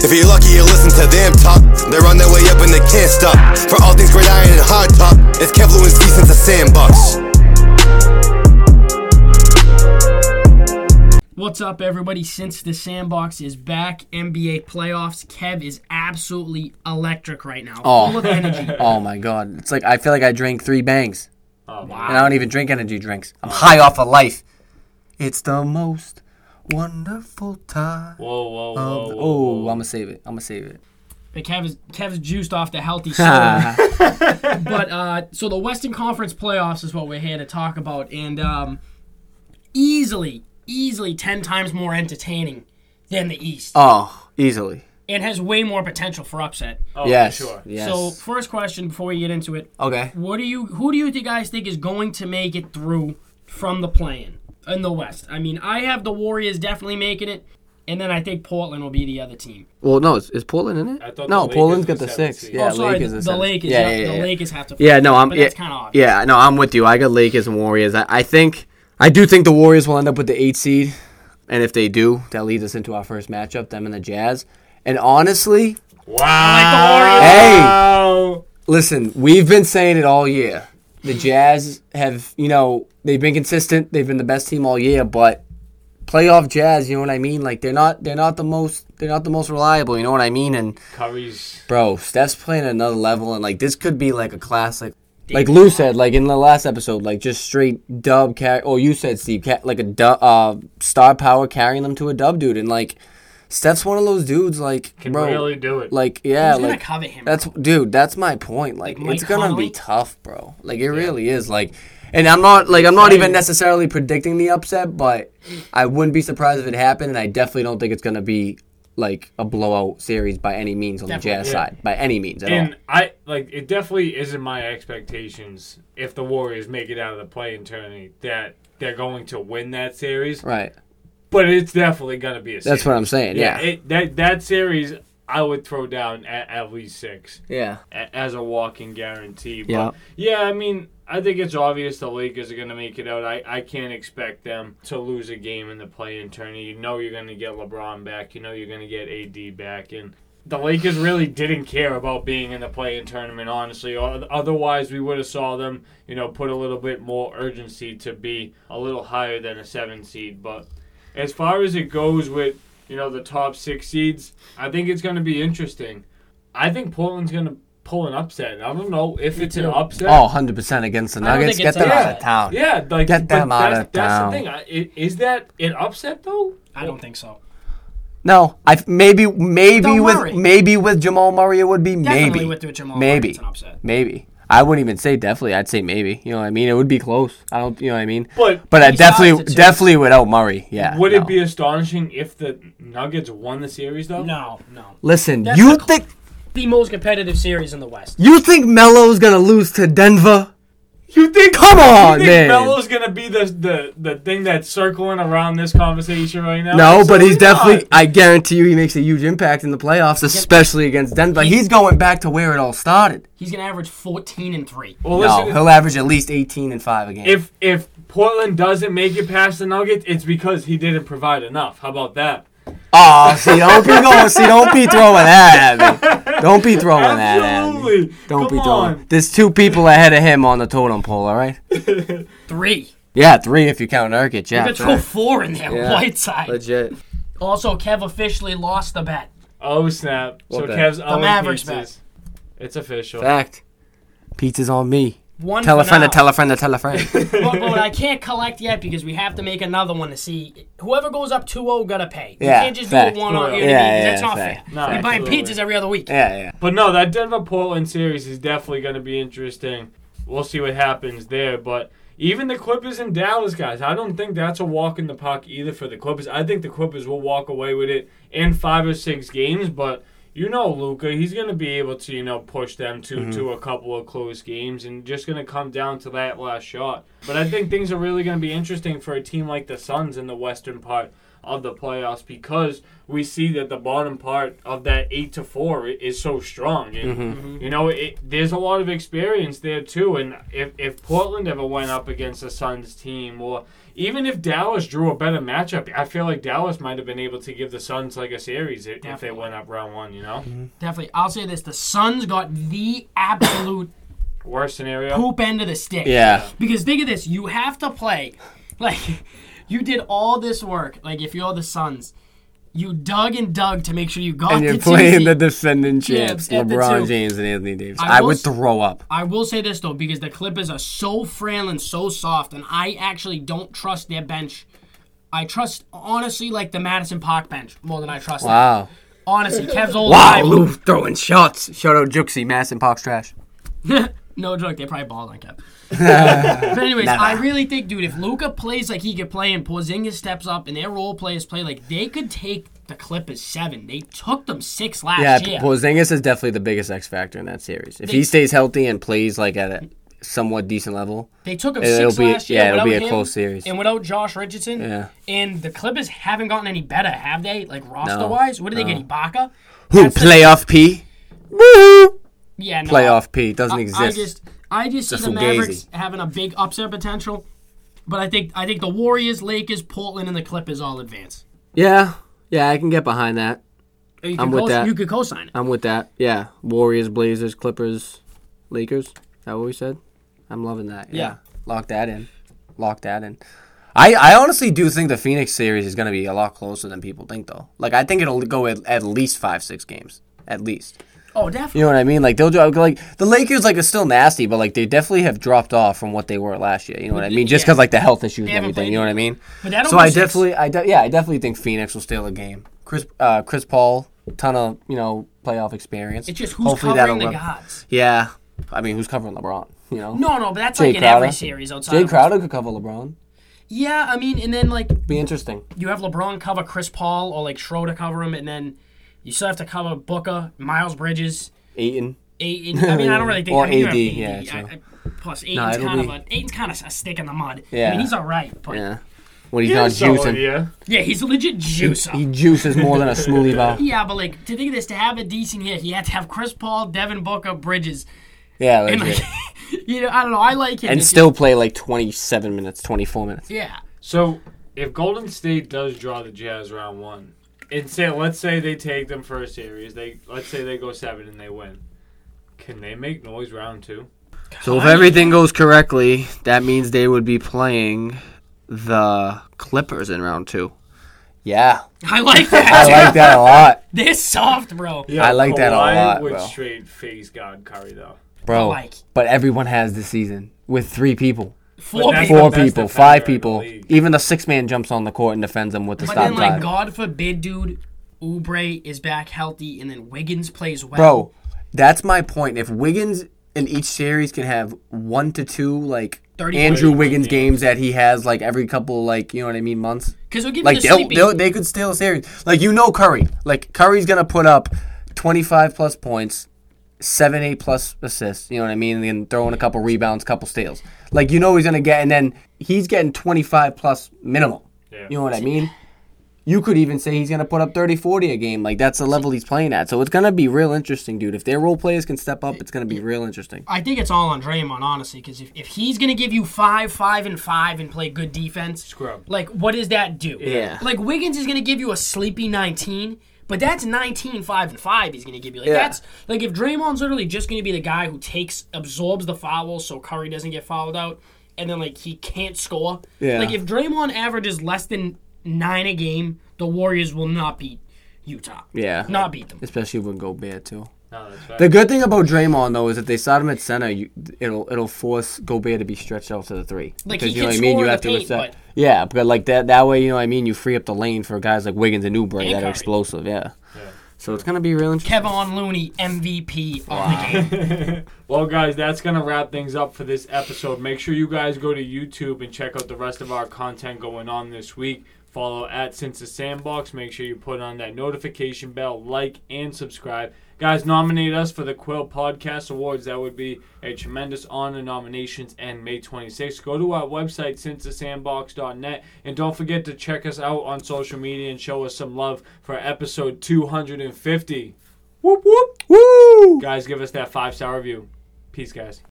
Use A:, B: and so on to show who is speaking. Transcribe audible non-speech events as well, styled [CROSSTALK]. A: If you're lucky, you listen to them talk. They're on their way up and they can't stop. For all things great iron and hard top, it's Kevlar and C since a sandbox.
B: What's up, everybody? Since the sandbox is back, NBA playoffs, Kev is absolutely electric right now.
C: Oh.
B: Full of
C: [LAUGHS]
B: energy.
C: Oh my god. It's like I feel like I drank three bangs.
D: Oh,
B: wow.
C: And I don't even drink energy drinks. I'm high off of life. It's the most wonderful time.
D: Whoa, whoa, whoa.
C: of the-
D: whoa,
C: oh,
D: whoa.
C: I'm gonna save it. I'm gonna save it.
B: But Kev is, Kev's juiced off the healthy soda.
C: [LAUGHS] Ah,
B: but uh, so the Western Conference playoffs is what we're here to talk about, and um, easily, easily ten times more entertaining than the East,
C: oh, easily.
B: and has way more potential for upset.
D: Oh, for
C: yes.
D: sure.
C: Yes.
B: So, first question before we get into it,
C: okay.
B: what do you, who do you th- guys think is going to make it through from the play-in in the West? I mean, I have the Warriors definitely making it, and then I think Portland will be the other team.
C: Well, no, is, is Portland in it?
D: I thought
C: no,
D: the
C: Portland's got
D: Lakers
C: the
D: were seven
C: six.
D: seed.
C: Yeah,
B: oh, sorry,
C: Lakers
B: the,
C: is
B: the
C: seven.
B: Lakers.
C: Yeah,
B: yeah,
C: yeah,
B: the
C: yeah.
B: Lakers have to.
C: Yeah, no, I'm.
B: But that's
C: yeah,
B: kind of obvious.
C: yeah, no, I'm with you. I got Lakers and Warriors. I, I think I do think the Warriors will end up with the eight seed, and if they do, that leads us into our first matchup, them and the Jazz. And honestly,
D: Wow.
C: Hey. listen, we've been saying it all year. The Jazz have, you know, they've been consistent. They've been the best team all year, but playoff Jazz, you know what I mean? Like they're not, they're not the most, they're not the most reliable. You know what I mean? And
D: Curry's.
C: bro, Steph's playing at another level, and like this could be like a classic. Like Lou said, like in the last episode, like just straight dub carry. Or you said Steve, ca- like a du- uh, star power carrying them to a dub dude, and like Steph's one of those dudes, like
D: Can
C: bro,
D: really do it.
C: like yeah,
B: Who's gonna
C: like
B: cover him?
C: that's dude. That's my point. Like,
B: Like Mike
C: it's gonna
B: Conley?
C: be tough, bro. Like it really is. Like, and I'm not like I'm not even necessarily predicting the upset, but I wouldn't be surprised if it happened. And I definitely don't think it's gonna be like a blowout series by any means on
B: Definitely,
C: the Jazz
D: yeah.
C: side, by any means at
D: And I like it definitely isn't my expectations if the Warriors make it out of the play-in tourney that they're going to win that series.
C: all. Right.
D: But it's definitely going to be a.
C: That's
D: series.
C: what I'm saying. Yeah. Yeah.
D: It, that that series I would throw down at, at least six a, as a walking guarantee. But
C: Yeah.
D: yeah, I mean. I think it's obvious the Lakers are going to make it out. I, I can't expect them to lose a game in the play-in tourney. You know you're going to get LeBron back. You know you're going to get AD back. And the Lakers really didn't care about being in the play-in tournament, honestly. O- Otherwise, we would have saw them, you know, put a little bit more urgency to be a little higher than a seven seed. But as far as it goes with, you know, the top six seeds, I think it's going to be interesting. I think Portland's going to pull an upset. I don't know if it's an upset.
C: Oh, 100 percent against the
B: I don't
C: Nuggets.
B: think
C: Get
B: it's
C: them
B: a-
C: out of town.
D: Yeah, like
C: Get
D: but
C: them out
D: that's,
C: of
D: that's
C: town.
D: the thing. I, i- is that an upset though?
B: I don't think so.
C: No, I maybe maybe
B: Don't
C: with
B: worry.
C: maybe with Jamal Murray it would be
B: Definitely
C: maybe
B: with the Jamal Murray,
C: maybe
B: it's an upset.
C: maybe. I wouldn't even say definitely. I'd say maybe. You know what I mean? It would be close. I don't. You know what I mean?
D: But-
C: but I
B: He
C: definitely
B: started to-
C: definitely without Murray. Yeah.
D: Would
C: no.
D: it be astonishing if the Nuggets won the series though?
B: No, no.
C: Listen,
B: That's
C: you
B: the cl-
C: think
B: The most competitive series in the West.
C: you think Melo's gonna lose to Denver?
D: You think?
C: Come on,
D: you
C: man.
D: think Melo's gonna be the, the the thing that's circling around this conversation right now?
C: No, but
D: Absolutely
C: he's definitely.
D: not.
C: I guarantee you, he makes a huge impact in the playoffs, especially against Denver. He's going back to where it all started.
B: He's gonna average 14 and three.
D: Well,
C: No,
D: listen,
C: he'll average at least eighteen and five a game.
D: if if Portland doesn't make it past the Nuggets, it's because he didn't provide enough. How about that?
C: Oh, see, don't be going. See, don't be throwing that at me. Don't be throwing that at me.
D: Absolutely.
C: Don't
D: Come
C: be throwing.
D: on.
C: There's two people ahead of him on the totem pole. All right.
B: Three.
C: Yeah, three if you count Nurkic. Yeah.
B: You could throw [LAUGHS] four in there.
C: Yeah.
B: White side.
C: Legit.
B: Also, Kev officially lost the bet.
D: Oh snap! so
C: What the-
D: Kev's the
B: Mavericks
D: It's official.
C: Fact. Pizza's on me.
B: One
C: Tell a
B: for
C: friend to
B: now.
C: tell a friend to tell
B: [LAUGHS]
C: a friend.
B: but, but I can't collect yet because we have to make another one to see whoever goes up 2-0 gotta pay. You
C: Yeah,
B: can't just
C: fact.
B: do a one on
D: Yeah,
B: here.
C: yeah,
B: that's not
C: fact.
B: fair.
D: No,
B: You're buying
D: absolutely.
B: pizzas every other week.
C: yeah, yeah.
D: But no, that Denver Portland series is definitely going to be interesting. We'll see what happens there. But even the Clippers and Dallas guys, I don't think that's a walk in the park either for the Clippers. I think the Clippers will walk away with it in five or six games. But you know, Luca, he's going to be able to you know push them to to a couple of close games, and just going to come down to that last shot. But I think things are really going to be interesting for a team like the Suns in the Western part of the playoffs because we see that the bottom part of that eight to four i- is so strong. And, You know, it, there's a lot of experience there too. And if if Portland ever went up against the Suns team, or even if Dallas drew a better matchup, I feel like Dallas might have been able to give the Suns like a series if, if they went up round one. You know,
B: Definitely. I'll say this the Suns got the
C: [COUGHS]
B: absolute
D: worst scenario.
B: poop end of the stick.
C: Yeah.
B: Because think of this, you have to play. Like, [LAUGHS] you did all this work. Like, if you're the Suns, you dug and dug to make sure you got
C: And
B: the
C: you're
B: two
C: playing
B: seed.
C: the defending champs,
B: Champs at the
C: LeBron
B: two.
C: James and Anthony Davis.
B: I
C: I,
B: will
C: would
B: s-
C: throw up.
B: I will say this though, because the Clippers are so frail and so soft, and I actually don't trust their bench. I trust honestly like the Madison Park bench more than I trust. them.
C: Wow. [LAUGHS]
B: Honestly, Kev's old
C: Wow,
B: rival-
C: Lou throwing shots. Shout out Jooksy, Mass and Pox Trash.
B: No joke, they probably balled on
C: [LAUGHS]
B: Kev. but anyways, I really think, dude, if Luca plays like he could play and Porzingis steps up and their role players play like they could take the Clippers seven. They took them six last
C: Yeah,
B: year.
C: Porzingis is definitely the biggest X factor in that series. If he stays healthy and plays like at a somewhat decent level,
B: They took him
C: It'll
B: six
C: be-
B: last year.
C: yeah, it'll be
B: without
C: a
B: him
C: close series.
B: And without Josh Richardson,
C: Yeah.
B: and the Clippers haven't gotten any better, have they? Like roster wise, what do they get? Ibaka.
C: who
B: That's the-
C: playoff P? Woo!
B: Yeah, no,
C: Playoff P doesn't
B: I-
C: exist.
B: I just, I just see
C: It's
B: the
C: fugazi.
B: Mavericks having a big upset potential, but I think, I think the Warriors, Lakers, Portland, and the Clippers all advance.
C: yeah, yeah, I can get behind that.
B: You
C: I'm
B: could
C: with
B: co-
C: that.
B: You could co-sign it.
C: I'm with that. Yeah, Warriors, Blazers, Clippers, Lakers. Is that what we said? I'm loving that. Yeah.
B: Yeah.
C: Lock that in. Lock that in. I, I honestly do think the Phoenix series is going to be a lot closer than people think, though. Like, I think it'll go at, at least five, six games. At least.
B: Oh, definitely.
C: You know what I mean? Like, they'll do, like, the Lakers, like, are still nasty, but, like, they definitely have dropped off from what they were last year. You know what I mean? Just because, like, the health issues and
B: haven't
C: everything.
B: played
C: You know what I
B: yet.
C: mean?
B: But that
C: So I
B: almost is-
C: definitely, I de- yeah, I definitely think Phoenix will steal a game. Chris, uh, Chris Paul, ton of you know playoff experience.
B: It's just who's covering the
C: that'll rub-
B: gods.
C: Yeah, I mean, who's covering LeBron? You know,
B: No, no, but that's
C: Jay
B: like in
C: Crowder.
B: every series outside.
C: Jay
B: of-
C: Crowder could cover LeBron.
B: Yeah, I mean, and then like
C: Be interesting.
B: you have LeBron cover Chris Paul or like Schroeder cover him, and then you still have to cover Booker, Miles Bridges.
C: Aiton.
B: Aiton. I mean, I don't really think.
C: [LAUGHS] Or
B: I mean, you have
C: AD, yeah,
B: I-
C: true.
B: I- plus, Aiton's
C: it'll
B: kind
C: be-
B: of a Aiton's kind of a stick in the mud. I
C: Yeah.
B: mean, he's all right, but yeah,
C: Yeah, when he's
D: Yeah,
C: not
D: solid,
C: juicing,
D: yeah.
B: he's a legit juicer.
C: he juices more than a
B: [LAUGHS]
C: smoothie bar.
B: yeah, but like to think of this, to have a decent year, he had to have Chris Paul, Devin Booker, Bridges,
C: Yeah,
B: and
C: legit.
B: like, you know, I don't know. I like him.
C: and
B: It's
C: still play like 27 minutes, 24 minutes.
B: just- yeah. [LAUGHS]
D: So if Golden State does draw the Jazz round one, and say let's say they take them for a series, they let's say they go seven and they win, can they make noise round two?
C: So if everything goes correctly, that means they would be playing the Clippers in round two. Yeah,
B: I like that.
C: I like that a lot,
B: They're soft, bro.
D: Yeah,
C: I like that a
D: Kawhi
C: lot,
D: Would
C: bro.
D: straight face God Curry though.
C: [LAUGHS] bro.
B: Like-
C: But everyone has this season with three people,
B: Four
D: that's-
B: people.
C: four
D: the best
C: people,
D: defender
C: five
D: in the
C: people.
D: league.
C: Even the six man jumps on the court and defends them with the
B: But
C: stop
B: then, like,
C: time.
B: God forbid, dude, Oubre is back healthy, and then Wiggins plays well.
C: Bro, that's my point. If Wiggins in each series can have one to two like
B: 30
C: Andrew
B: 30
C: Wiggins games that he has like every couple like you know what I mean months.
B: because we'll give
C: Like
B: you the
C: they'll,
B: sleeping.
C: they'll, they could steal a series. Like you know Curry. Like Curry's gonna put up twenty five plus points, seven eight plus assists. You know what I mean? And then throw in a couple rebounds, couple steals. Like you know he's gonna get, and then he's getting twenty five plus minimum.
D: Yeah.
C: You know what I mean? You could even say he's going to put up 30 40 a game. Like, that's the level he's playing at. So it's going to be real interesting, dude. If their role players can step up, it's going to be real interesting.
B: I think it's all on Draymond, honestly, because if, if he's going to give you five, five, and five and play good defense,
D: Scrub.
B: like, what does that do?
C: Yeah.
B: Like, Wiggins is going to give you a sleepy 19, but that's 19, 5, and 5 he's going to give you. Like,
C: Yeah.
B: that's, like, if Draymond's literally just going to be the guy who takes, absorbs the fouls so Curry doesn't get fouled out, and then, like, he can't score.
C: Yeah.
B: Like, if Draymond averages less than nine a game, the Warriors will not beat Utah.
C: Yeah.
B: Not beat them.
C: Especially when Gobert, too.
D: No, that's right.
C: The good thing about Draymond, though, is if they start him at center, you, it'll it'll force Gobert to be stretched out to the three.
B: Like,
C: Because,
B: he
C: you know
B: can
C: what I mean?
B: score
C: You
B: in
C: have
B: the
C: to
B: paint,
C: accept-
B: but-
C: Yeah, but like that that way, you know what I mean? You free up the lane for guys like Wiggins and Oubre that are
B: Curry.
C: explosive. Yeah.
D: Yeah.
C: So it's going to be real interesting.
B: Kevin Looney, MVP of the game.
D: Well, guys, that's gonna wrap things up for this episode. Make sure you guys go to YouTube and check out the rest of our content going on this week. Follow at Since the Sandbox. Make sure you put on that notification bell, like, and subscribe. Guys, nominate us for the Quill Podcast Awards. That would be a tremendous honor. Nominations end May 26th. Go to our website, sincerethesandbox.net, and don't forget to check us out on social media and show us some love for episode 250. Whoop, whoop.
C: Woo!
D: Guys, give us that five star review. Peace, guys.